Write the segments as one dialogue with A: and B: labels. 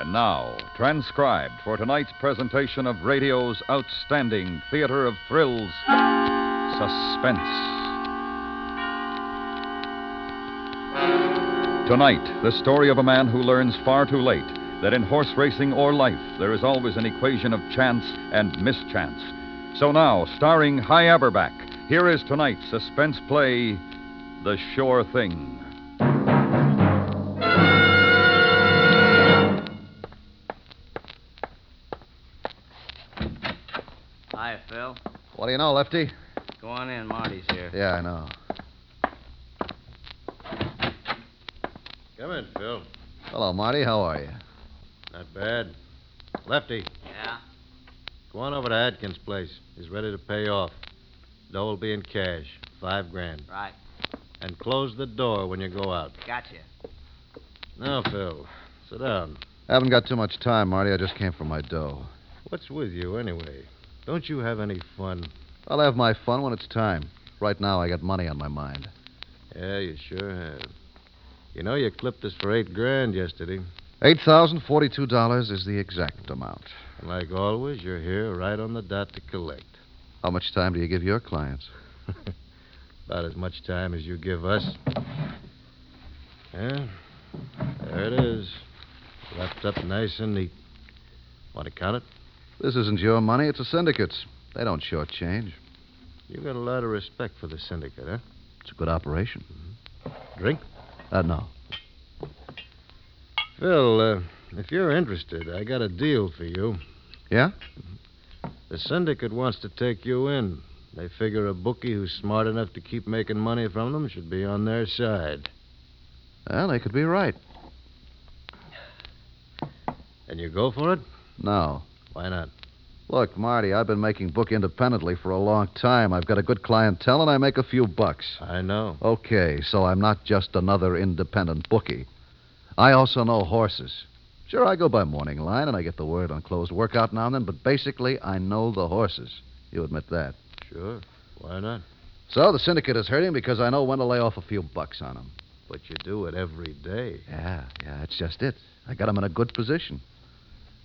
A: And now, transcribed for tonight's presentation of radio's outstanding theater of thrills, Suspense. Tonight, the story of a man who learns far too late that in horse racing or life, there is always an equation of chance and mischance. So now, starring High Aberbach, here is tonight's suspense play, The Sure Thing.
B: Hi, Phil.
C: What do you know, Lefty?
B: Go on in. Marty's here.
C: Yeah, I know.
D: Come in, Phil.
C: Hello, Marty. How are you?
D: Not bad. Lefty,
B: Yeah?
D: go on over to Atkins' place. He's ready to pay off. Dough will be in cash, five grand.
B: Right.
D: And close the door when you go out.
B: Gotcha.
D: Now, Phil, sit down.
C: I haven't got too much time, Marty. I just came from my dough.
D: What's with you, anyway? Don't you have any fun?
C: I'll have my fun when it's time. Right now, I got money on my mind.
D: Yeah, you sure have. You know, you clipped us for eight grand yesterday.
C: $8,042 is the exact amount.
D: And like always, you're here right on the dot to collect.
C: How much time do you give your clients?
D: About as much time as you give us. Yeah, there it is. Wrapped up nice and neat. Want to count it?
C: This isn't your money, it's a syndicate's. They don't shortchange.
D: You got a lot of respect for the syndicate, huh?
C: It's a good operation.
D: Drink?
C: Uh, no.
D: Phil, uh, if you're interested, I got a deal for you.
C: Yeah?
D: The syndicate wants to take you in. They figure a bookie who's smart enough to keep making money from them should be on their side.
C: Well, they could be right.
D: And you go for it?
C: No.
D: Why not?
C: Look, Marty, I've been making book independently for a long time. I've got a good clientele, and I make a few bucks.
D: I know.
C: Okay, so I'm not just another independent bookie. I also know horses. Sure, I go by morning line and I get the word on closed workout now and then, but basically, I know the horses. You admit that.
D: Sure. Why not?
C: So the syndicate is hurting because I know when to lay off a few bucks on them.
D: But you do it every day.
C: Yeah, yeah, that's just it. I got them in a good position.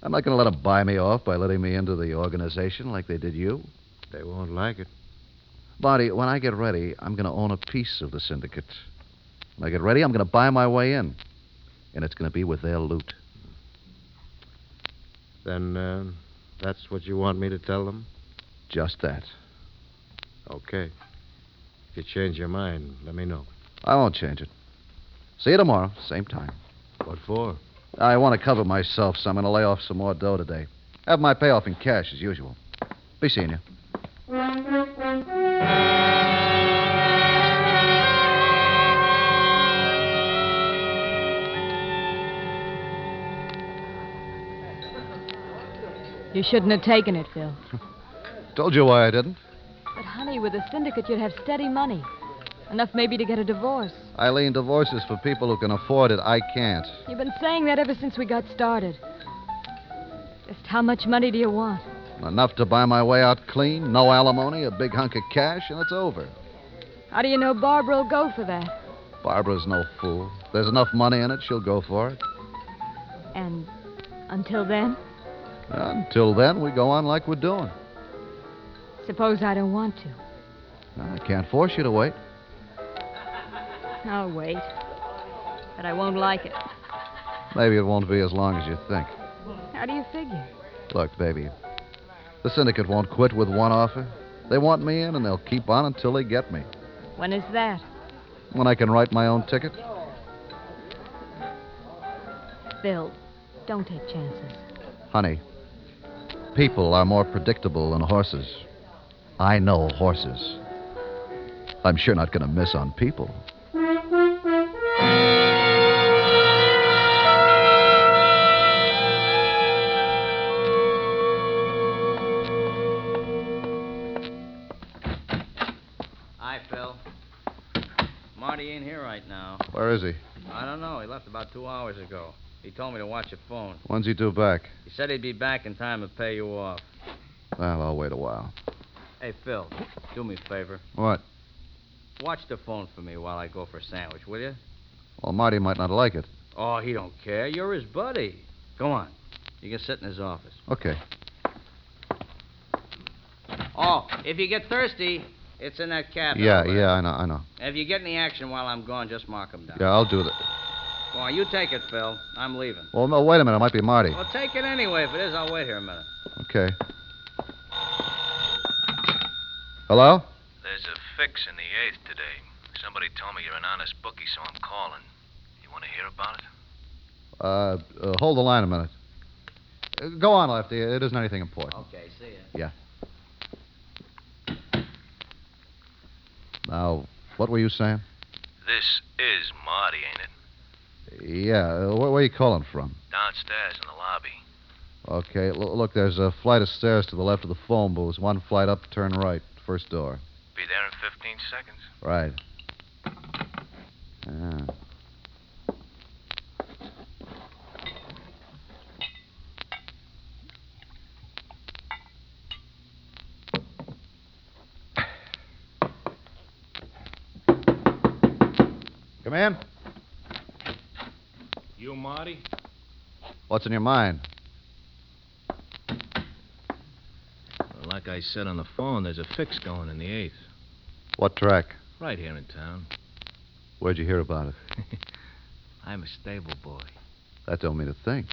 C: I'm not going to let them buy me off by letting me into the organization like they did you.
D: They won't like it.
C: Marty, when I get ready, I'm going to own a piece of the syndicate. When I get ready, I'm going to buy my way in. And it's going to be with their loot.
D: Then uh, that's what you want me to tell them?
C: Just that.
D: Okay. If you change your mind, let me know.
C: I won't change it. See you tomorrow, same time.
D: What for?
C: I want to cover myself, so I'm going to lay off some more dough today. Have my payoff in cash as usual. Be seeing you.
E: You shouldn't have taken it, Phil.
C: Told you why I didn't.
E: But, honey, with a syndicate, you'd have steady money. Enough maybe to get a divorce.
C: Eileen divorces for people who can afford it. I can't.
E: You've been saying that ever since we got started. Just how much money do you want?
C: Enough to buy my way out clean, no alimony, a big hunk of cash, and it's over.
E: How do you know Barbara will go for that?
C: Barbara's no fool. There's enough money in it, she'll go for it.
E: And until then,
C: Until then, we go on like we're doing.
E: suppose I don't want to.
C: I can't force you to wait.
E: I'll Oh, wait. But I won't like it.
C: Maybe it won't be as long as you think.
E: How do you figure?
C: Look, baby, the syndicate won't quit with one offer. They want me in, and they'll keep on until they get me.
E: When is that?
C: When I can write my own ticket,
E: Phil, don't take chances.
C: honey, people are more predictable than horses. I know horses. I'm sure not going to miss on people.
B: Hi, Phil. Marty ain't here right now.
C: Where is he?
B: I don't know. He left about two hours ago. He told me to watch your phone.
C: When's he due back?
B: He said he'd be back in time to pay you off.
C: Well, I'll wait a while.
B: Hey, Phil, do me a favor.
C: What?
B: Watch the phone for me while I go for a sandwich, will you?
C: Well, Marty might not like it.
B: Oh, he don't care. You're his buddy.
F: Go on. You can sit in his office.
C: Okay.
F: Oh, if you get thirsty, it's in that cabinet.
C: Yeah,
F: over there.
C: yeah, I know, I know.
F: If you get any action while I'm gone, just mark them down.
C: Yeah, I'll do that.
F: Go on, you take it, Phil. I'm leaving.
C: Well, no, wait a minute. It might be Marty.
F: Well, take it anyway. If it is, I'll wait here a minute.
C: Okay. Hello?
D: There's a fix in the 8th today. Somebody told me you're an honest bookie, so I'm calling. You want to hear about it?
C: Uh, uh, hold the line a minute. Uh, go on, Lefty. It isn't anything important.
F: Okay, see ya.
C: Now, what were you saying?
D: This is Marty, ain't it?
C: Yeah, uh, where, where are you calling from?
D: Downstairs in the lobby.
C: Okay, l- look, there's a flight of stairs to the left of the phone booth. One flight up, turn right, first door.
D: Be there in 15 seconds.
C: Right. Ah. Come in.
G: You, Marty?
C: What's in your mind?
D: Well, like I said on the phone, there's a fix going in the 8th.
C: What track?
D: Right here in town.
C: Where'd you hear about it?
D: I'm a stable boy.
C: That don't mean a thing.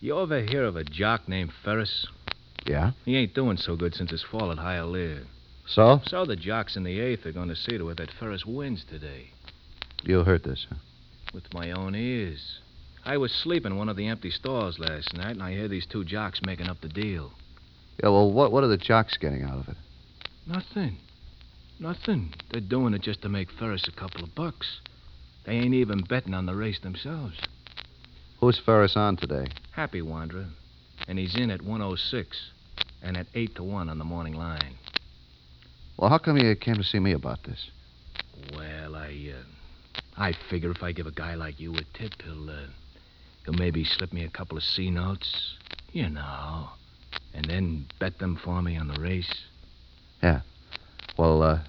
D: You ever hear of a jock named Ferris?
C: Yeah?
D: He ain't doing so good since his fall at Hialeah.
C: So?
D: So the jocks in the 8th are going to see to it that Ferris wins today.
C: You heard this, huh?
D: With my own ears. I was sleeping in one of the empty stores last night, and I hear these two jocks making up the deal.
C: Yeah, well, what, what are the jocks getting out of it?
D: Nothing. Nothing. They're doing it just to make Ferris a couple of bucks. They ain't even betting on the race themselves.
C: Who's Ferris on today?
D: Happy Wanderer. And he's in at 106 and at 8 to 1 on the morning line.
C: Well, how come you came to see me about this?
D: Well, I, uh, I figure if I give a guy like you a tip, he'll, uh, he'll maybe slip me a couple of C notes, you know, and then bet them for me on the race.
C: Well, uh,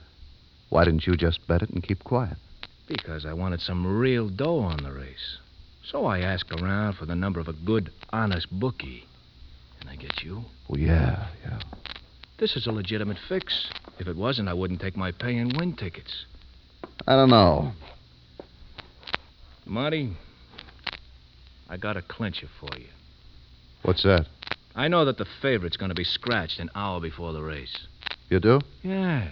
C: why didn't you just bet it and keep quiet?
D: Because I wanted some real dough on the race. So I asked around for the number of a good, honest bookie. And I get you.
C: Well, yeah, yeah.
D: This is a legitimate fix. If it wasn't, I wouldn't take my pay and win tickets.
C: I don't know.
D: Marty, I got a clincher for you.
C: What's that?
D: I know that the favorite's going to be scratched an hour before the race.
C: You do?
D: Yeah.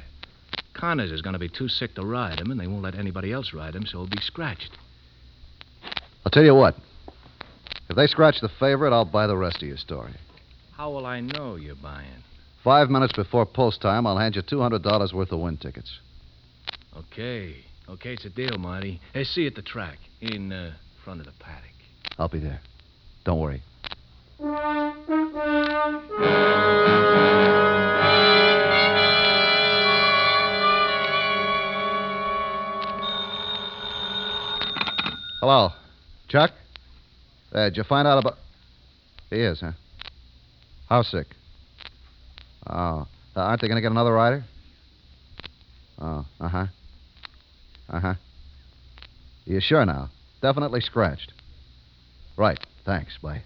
D: Connors is going to be too sick to ride him, and they won't let anybody else ride him, so he'll be scratched.
C: I'll tell you what. If they scratch the favorite, I'll buy the rest of your story.
D: How will I know you're buying?
C: Five minutes before post time, I'll hand you $200 worth of win tickets.
D: Okay. Okay, it's a deal, Marty. Hey, see you at the track in uh, front of the paddock.
C: I'll be there. Don't worry. Hello. Chuck? Uh, did you find out about. He is, huh? How sick? Oh. Uh, aren't they going to get another rider? Oh, uh huh. Uh huh. You sure now? Definitely scratched. Right. Thanks. Bye.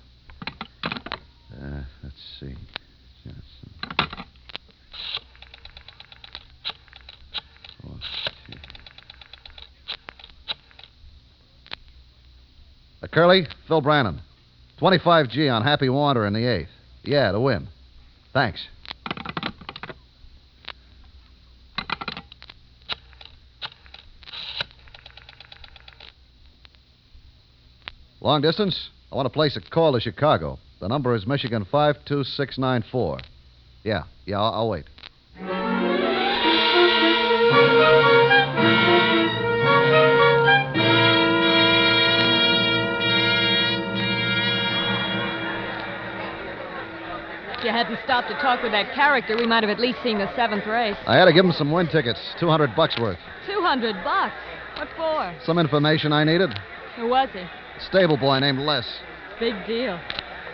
C: Uh, let's see. Johnson. Okay. Uh, Curly, Phil Brannon. 25G on Happy Wander in the eighth. Yeah, to win. Thanks. Long distance? I want to place a call to Chicago. The number is Michigan 52694. Yeah, yeah, I'll, I'll wait.
E: If you hadn't stopped to talk with that character, we might have at least seen the seventh race.
C: I had to give him some win tickets, 200 bucks worth.
E: 200 bucks. What for?
C: Some information I needed.
E: Who was he?
C: Stable boy named Les.
E: Big deal.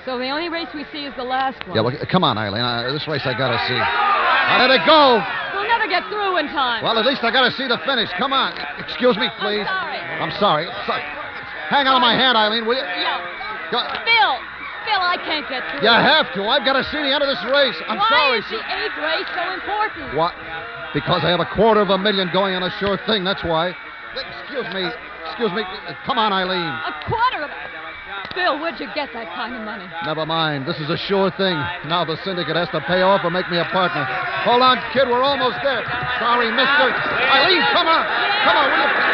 E: So the only race we see is the last one.
C: Yeah, well, come on, Eileen. Uh, this race I gotta see. How did it go?
E: We'll never get through in time.
C: Well, at least I gotta see the finish. Come on. Excuse me, please.
E: sorry.
C: I'm sorry. So- Hang on to my hand, Eileen, will you?
E: Yeah. Phil! Phil, I can't get through.
C: You have to. I've got to see the end of this race. I'm
E: Why
C: sorry,
E: is
C: sir.
E: the egg race so important?
C: What? Because I have a quarter of a million going on a sure thing. That's why. Excuse me. Excuse me. Come on, Eileen.
E: A quarter of... Phil, where'd you get that kind of money?
C: Never mind. This is a sure thing. Now the syndicate has to pay off or make me a partner. Hold on, kid. We're almost there. Sorry, mister. Eileen, come on. Come on, will you?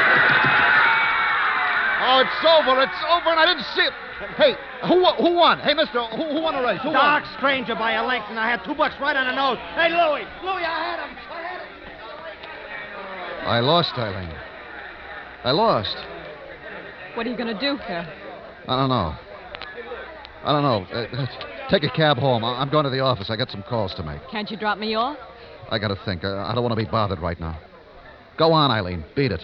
C: Oh, it's over. It's over, and I didn't see it. Hey, who, wa- who won? Hey, mister, who, who won the race? Who won?
H: Dark stranger by a length, and I had two bucks right on the nose. Hey, Louie! Louie, I had him! I had him!
C: I lost, Eileen. I lost.
E: What are you going to do, Phil?
C: I don't know. I don't know. Uh, uh, take a cab home. I- I'm going to the office. I got some calls to make.
E: Can't you drop me off?
C: I got to think. Uh, I don't want to be bothered right now. Go on, Eileen. Beat it.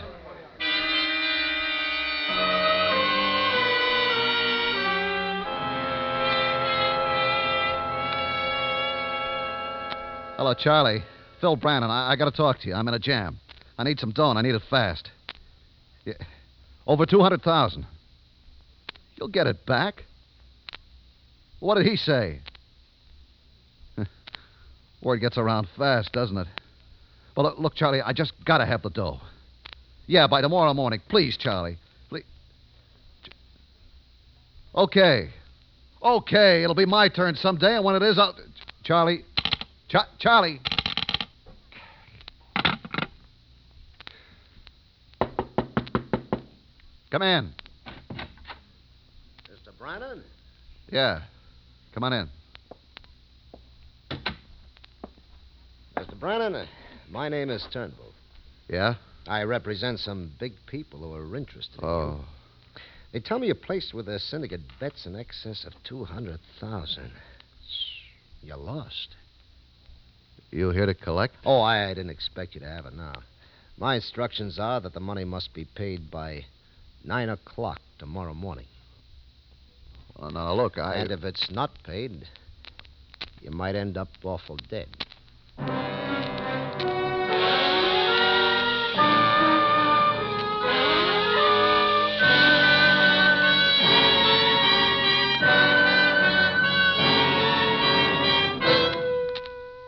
C: Hello, Charlie. Phil Brannon. I, I got to talk to you. I'm in a jam. I need some dough, and I need it fast. Yeah. Over 200000 You'll get it back. What did he say? Word gets around fast, doesn't it? Well, look, look, Charlie, I just got to have the dough. Yeah, by tomorrow morning. Please, Charlie. Please. Okay. Okay, it'll be my turn someday, and when it is, I'll. Charlie. Cha- Charlie. Come in.
G: Mr. Brannon?
C: Yeah. Come on in.
G: Mr. Brannon, uh, my name is Turnbull.
C: Yeah?
G: I represent some big people who are interested in you.
C: Oh.
G: They tell me you placed with a syndicate bets in excess of 200,000. You lost.
C: You here to collect?
G: Oh, I didn't expect you to have it now. My instructions are that the money must be paid by 9 o'clock tomorrow morning.
C: Oh, no, no, look, I.
G: And if it's not paid, you might end up awful dead.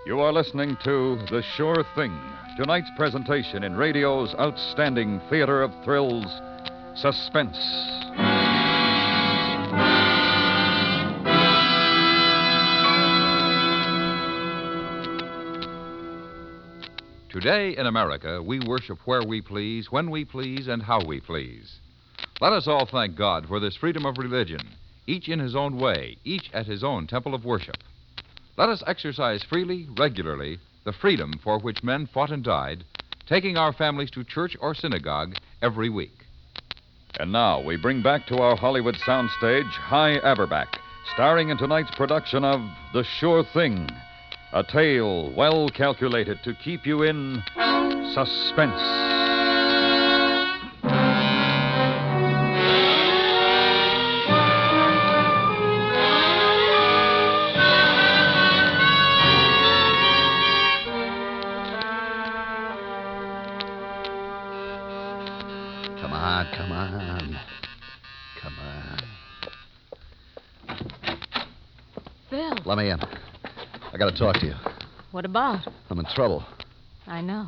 I: You are listening to The Sure Thing, tonight's presentation in radio's outstanding theater of thrills, Suspense.
J: Today in America, we worship where we please, when we please, and how we please. Let us all thank God for this freedom of religion, each in his own way, each at his own temple of worship. Let us exercise freely, regularly, the freedom for which men fought and died, taking our families to church or synagogue every week.
I: And now we bring back to our Hollywood soundstage High Averback, starring in tonight's production of The Sure Thing, a tale well calculated to keep you in suspense.
C: Come on, come on. Come on.
E: Phil,
C: Let me in. I got to talk to you.
E: what about?
C: I'm in trouble.
E: I know.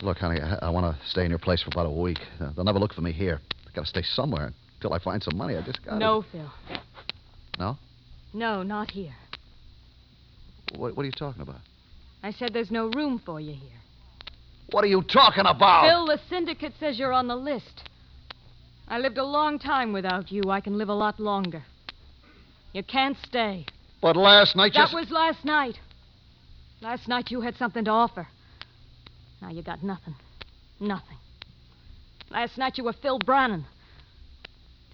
C: Look, honey, I, I want to stay in your place for about a week. Uh, they'll never look for me here. I got to stay somewhere until I find some money. I just got
E: No, Phil.
C: No?
E: No, not here.
C: What, what are you talking about?
E: I said there's no room for you here.
C: What are you talking about?
E: Phil, the syndicate says you're on the list. I lived a long time without you. I can live a lot longer. You can't stay.
C: But last night
E: That was last night. Last night you had something to offer. Now you got nothing. Nothing. Last night you were Phil Brannon.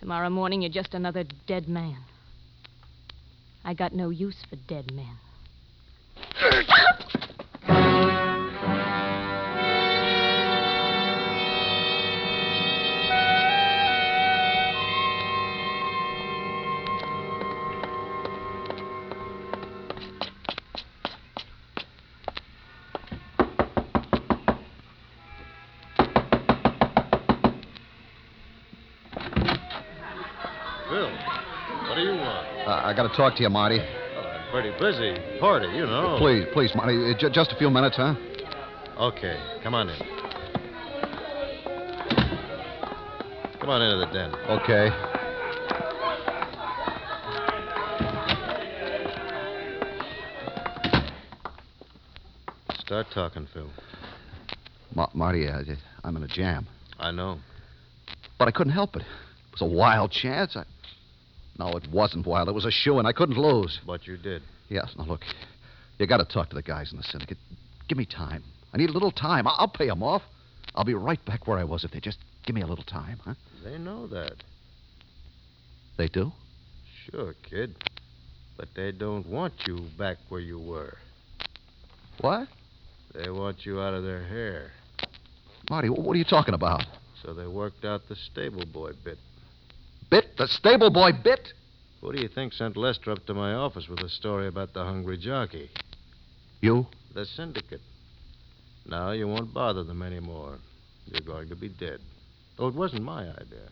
E: Tomorrow morning you're just another dead man. I got no use for dead men.
G: Phil, what
D: do you want?
C: Uh, I got to talk to you, Marty.
D: Well, I'm pretty busy. Party, you know.
C: Please, please, Marty. uh, ju- just a few minutes, huh?
D: Okay, come on in. Come on into the den.
C: Okay.
D: Start talking, Phil.
C: Ma- Marty, I, I'm in a jam.
D: I know.
C: But I couldn't help it. It was a wild chance. I... No, it wasn't wild. It was a shoe, and I couldn't lose.
D: But you did.
C: Yes, now look. You got to talk to the guys in the syndicate. Give me time. I need a little time. I- I'll pay them off. I'll be right back where I was if they just give me a little time, huh?
D: They know that.
C: They do?
D: Sure, kid. But they don't want you back where you were.
C: What?
D: They want you out of their hair.
C: Marty, wh- what are you talking about?
D: So they worked out the stable boy bit.
C: Bit? The stable boy bit?
D: Who do you think sent Lester up to my office with a story about the hungry jockey?
C: You?
D: The syndicate. Now you won't bother them anymore. You're going to be dead. Though it wasn't my idea.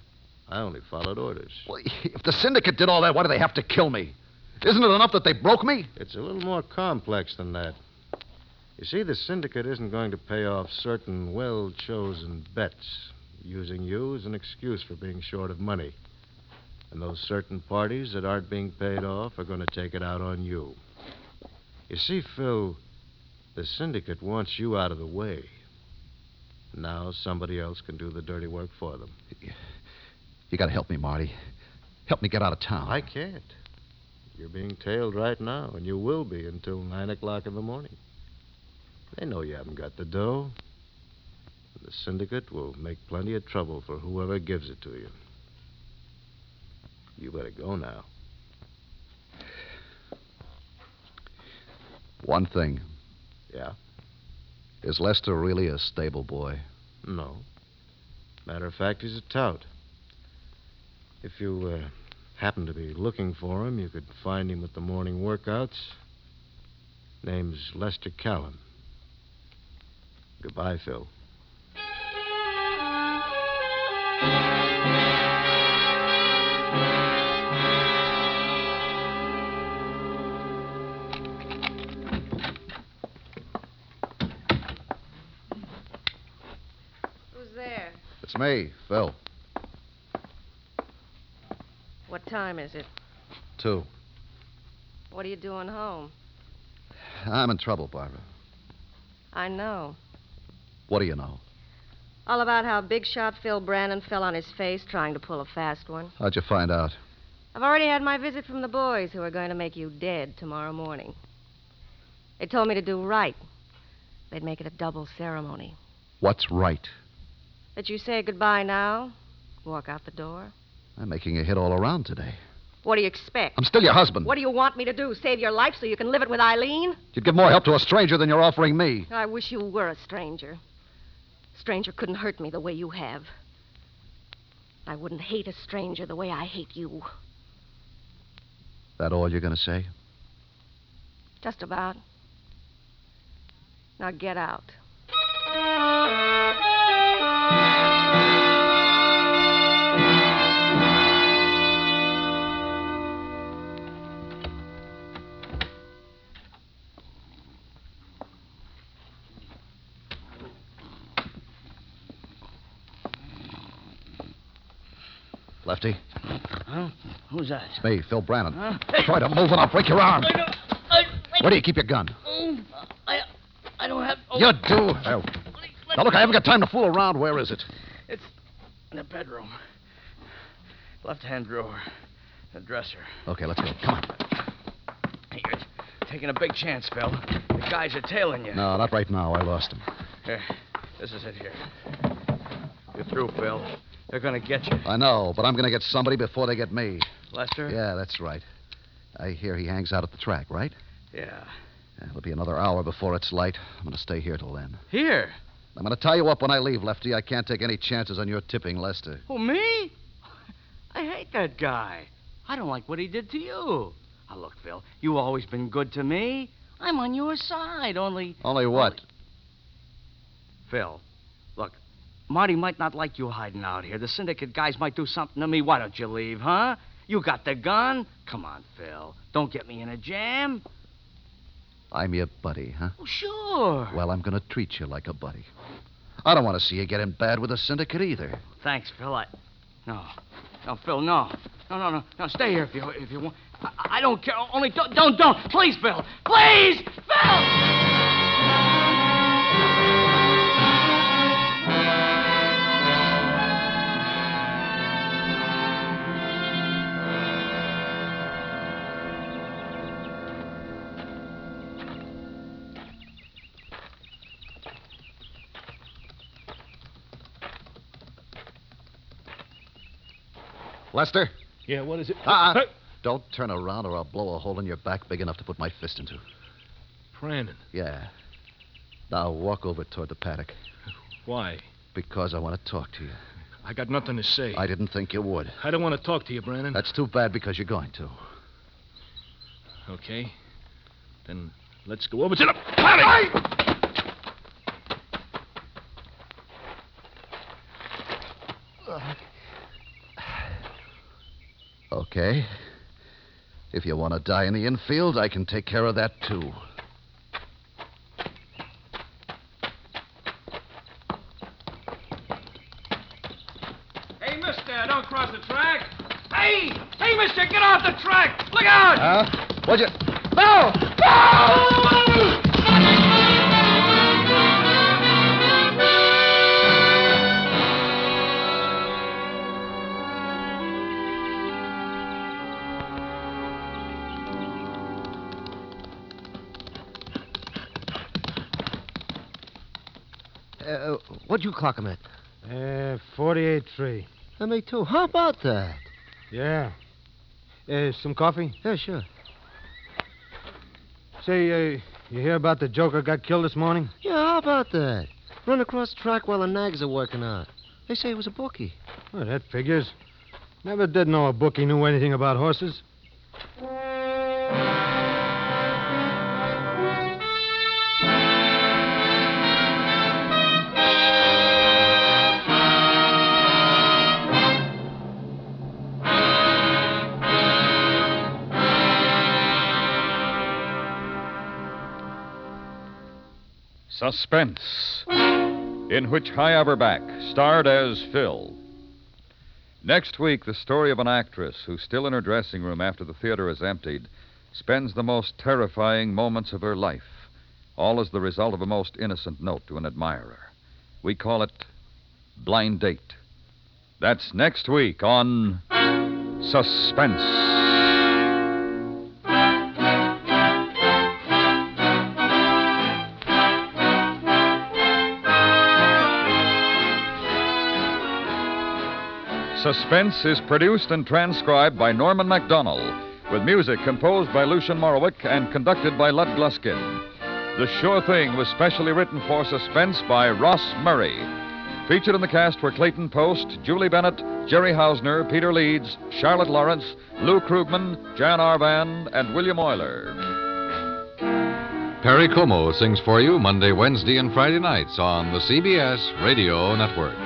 D: I only followed orders.
C: Well, if the syndicate did all that, why do they have to kill me? Isn't it enough that they broke me?
D: It's a little more complex than that. You see, the syndicate isn't going to pay off certain well chosen bets, using you as an excuse for being short of money. And those certain parties that aren't being paid off are going to take it out on you. You see, Phil, the syndicate wants you out of the way. Now somebody else can do the dirty work for them.
C: You got to help me, Marty. Help me get out of town.
D: I can't. You're being tailed right now, and you will be until nine o'clock in the morning. They know you haven't got the dough. The syndicate will make plenty of trouble for whoever gives it to you. You better go now.
C: One thing.
D: Yeah?
C: Is Lester really a stable boy?
D: No. Matter of fact, he's a tout. If you uh, happen to be looking for him, you could find him at the morning workouts. Name's Lester Callan. Goodbye, Phil.
K: Who's there?
C: It's me, Phil.
K: What time is it?
C: Two.
K: What are you doing home?
C: I'm in trouble, Barbara.
K: I know.
C: What do you know?
K: All about how big shot Phil Brannon fell on his face trying to pull a fast one.
C: How'd you find out?
K: I've already had my visit from the boys who are going to make you dead tomorrow morning. They told me to do right. They'd make it a double ceremony.
C: What's right?
K: That you say goodbye now, walk out the door.
C: I'm making a hit all around today.
K: What do you expect?
C: I'm still your husband.
K: What do you want me to do? Save your life so you can live it with Eileen?
C: You'd give more help to a stranger than you're offering me.
K: I wish you were a stranger. Stranger couldn't hurt me the way you have. I wouldn't hate a stranger the way I hate you.
C: That all you're going to say?
K: Just about. Now get out.
C: Lefty?
F: Huh? Who's that?
C: It's me, Phil Brannon.
F: Huh?
C: Try to move and I'll break your arm. Where do you keep your gun?
F: I, I don't have. oh.
C: You do. have- Now, look, I haven't got time to fool around. Where is it?
F: It's in the bedroom. Left hand drawer. The dresser.
C: Okay, let's go. Come on.
F: You're taking a big chance, Phil. The guys are tailing you.
C: No, not right now. I lost him.
F: Here. This is it here. You're through, Phil. They're gonna get you.
C: I know, but I'm going to get somebody before they get me.
F: Lester?
C: Yeah, that's right. I hear he hangs out at the track, right?
F: Yeah.
C: Yeah, It'll be another hour before it's light. I'm going to stay here till then.
F: Here.
C: I'm going to tie you up when I leave, Lefty. I can't take any chances on your tipping, Lester.
F: Who, me? I hate that guy. I don't like what he did to you. Now, look, Phil, you've always been good to me. I'm on your side, only.
C: Only what?
F: Phil, look, Marty might not like you hiding out here. The syndicate guys might do something to me. Why don't you leave, huh? You got the gun? Come on, Phil. Don't get me in a jam.
L: I'm your buddy, huh?
F: Oh, sure.
L: Well, I'm going to treat you like a buddy. I don't want to see you get in bad with the syndicate either.
F: Thanks, Phil. I... No. No, Phil, no. No, no, no. No, stay here if you, if you want. I, I don't care. Only don't, don't, don't. Please, Phil. Please, Phil!
L: Lester?
M: Yeah, what is it?
L: Uh-uh. Don't turn around or I'll blow a hole in your back big enough to put my fist into.
M: Brandon.
L: Yeah. Now walk over toward the paddock
M: Why?
L: because I want to talk to you.
M: I got nothing to say.
L: I didn't think you would.
M: I don't want to talk to you, Brandon.
L: That's too bad because you're going to.
M: Okay. Then let's go over to the paddock.
L: Okay. If you want to die in the infield, I can take care of that too.
F: Hey, mister, don't cross the track. Hey! Hey, mister, get off the track! Look out!
L: Huh? What'd you.
G: Uh, what'd you clock him at?
D: Uh, 48 tree.
G: Uh, me too. How about that?
D: Yeah. Uh, some coffee?
G: Yeah, sure.
D: Say, uh, you hear about the Joker got killed this morning?
G: Yeah, how about that? Run across the track while the nags are working out. They say it was a bookie.
D: Well, Oh, that figures. Never did know a bookie knew anything about horses.
C: Suspense, in which High Averback starred as Phil. Next week, the story of an actress who, still in her dressing room after the theater is emptied, spends the most terrifying moments of her life, all as the result of a most innocent note to an admirer. We call it Blind Date. That's next week on Suspense. Suspense is produced and transcribed by Norman MacDonald, with music composed by Lucian Morowick and conducted by Lud Gluskin. The Sure Thing was specially written for Suspense by Ross Murray. Featured in the cast were Clayton Post, Julie Bennett, Jerry Hausner, Peter Leeds, Charlotte Lawrence, Lou Krugman, Jan Arvan, and William Euler.
N: Perry Como sings for you Monday, Wednesday, and Friday nights on the CBS Radio Network.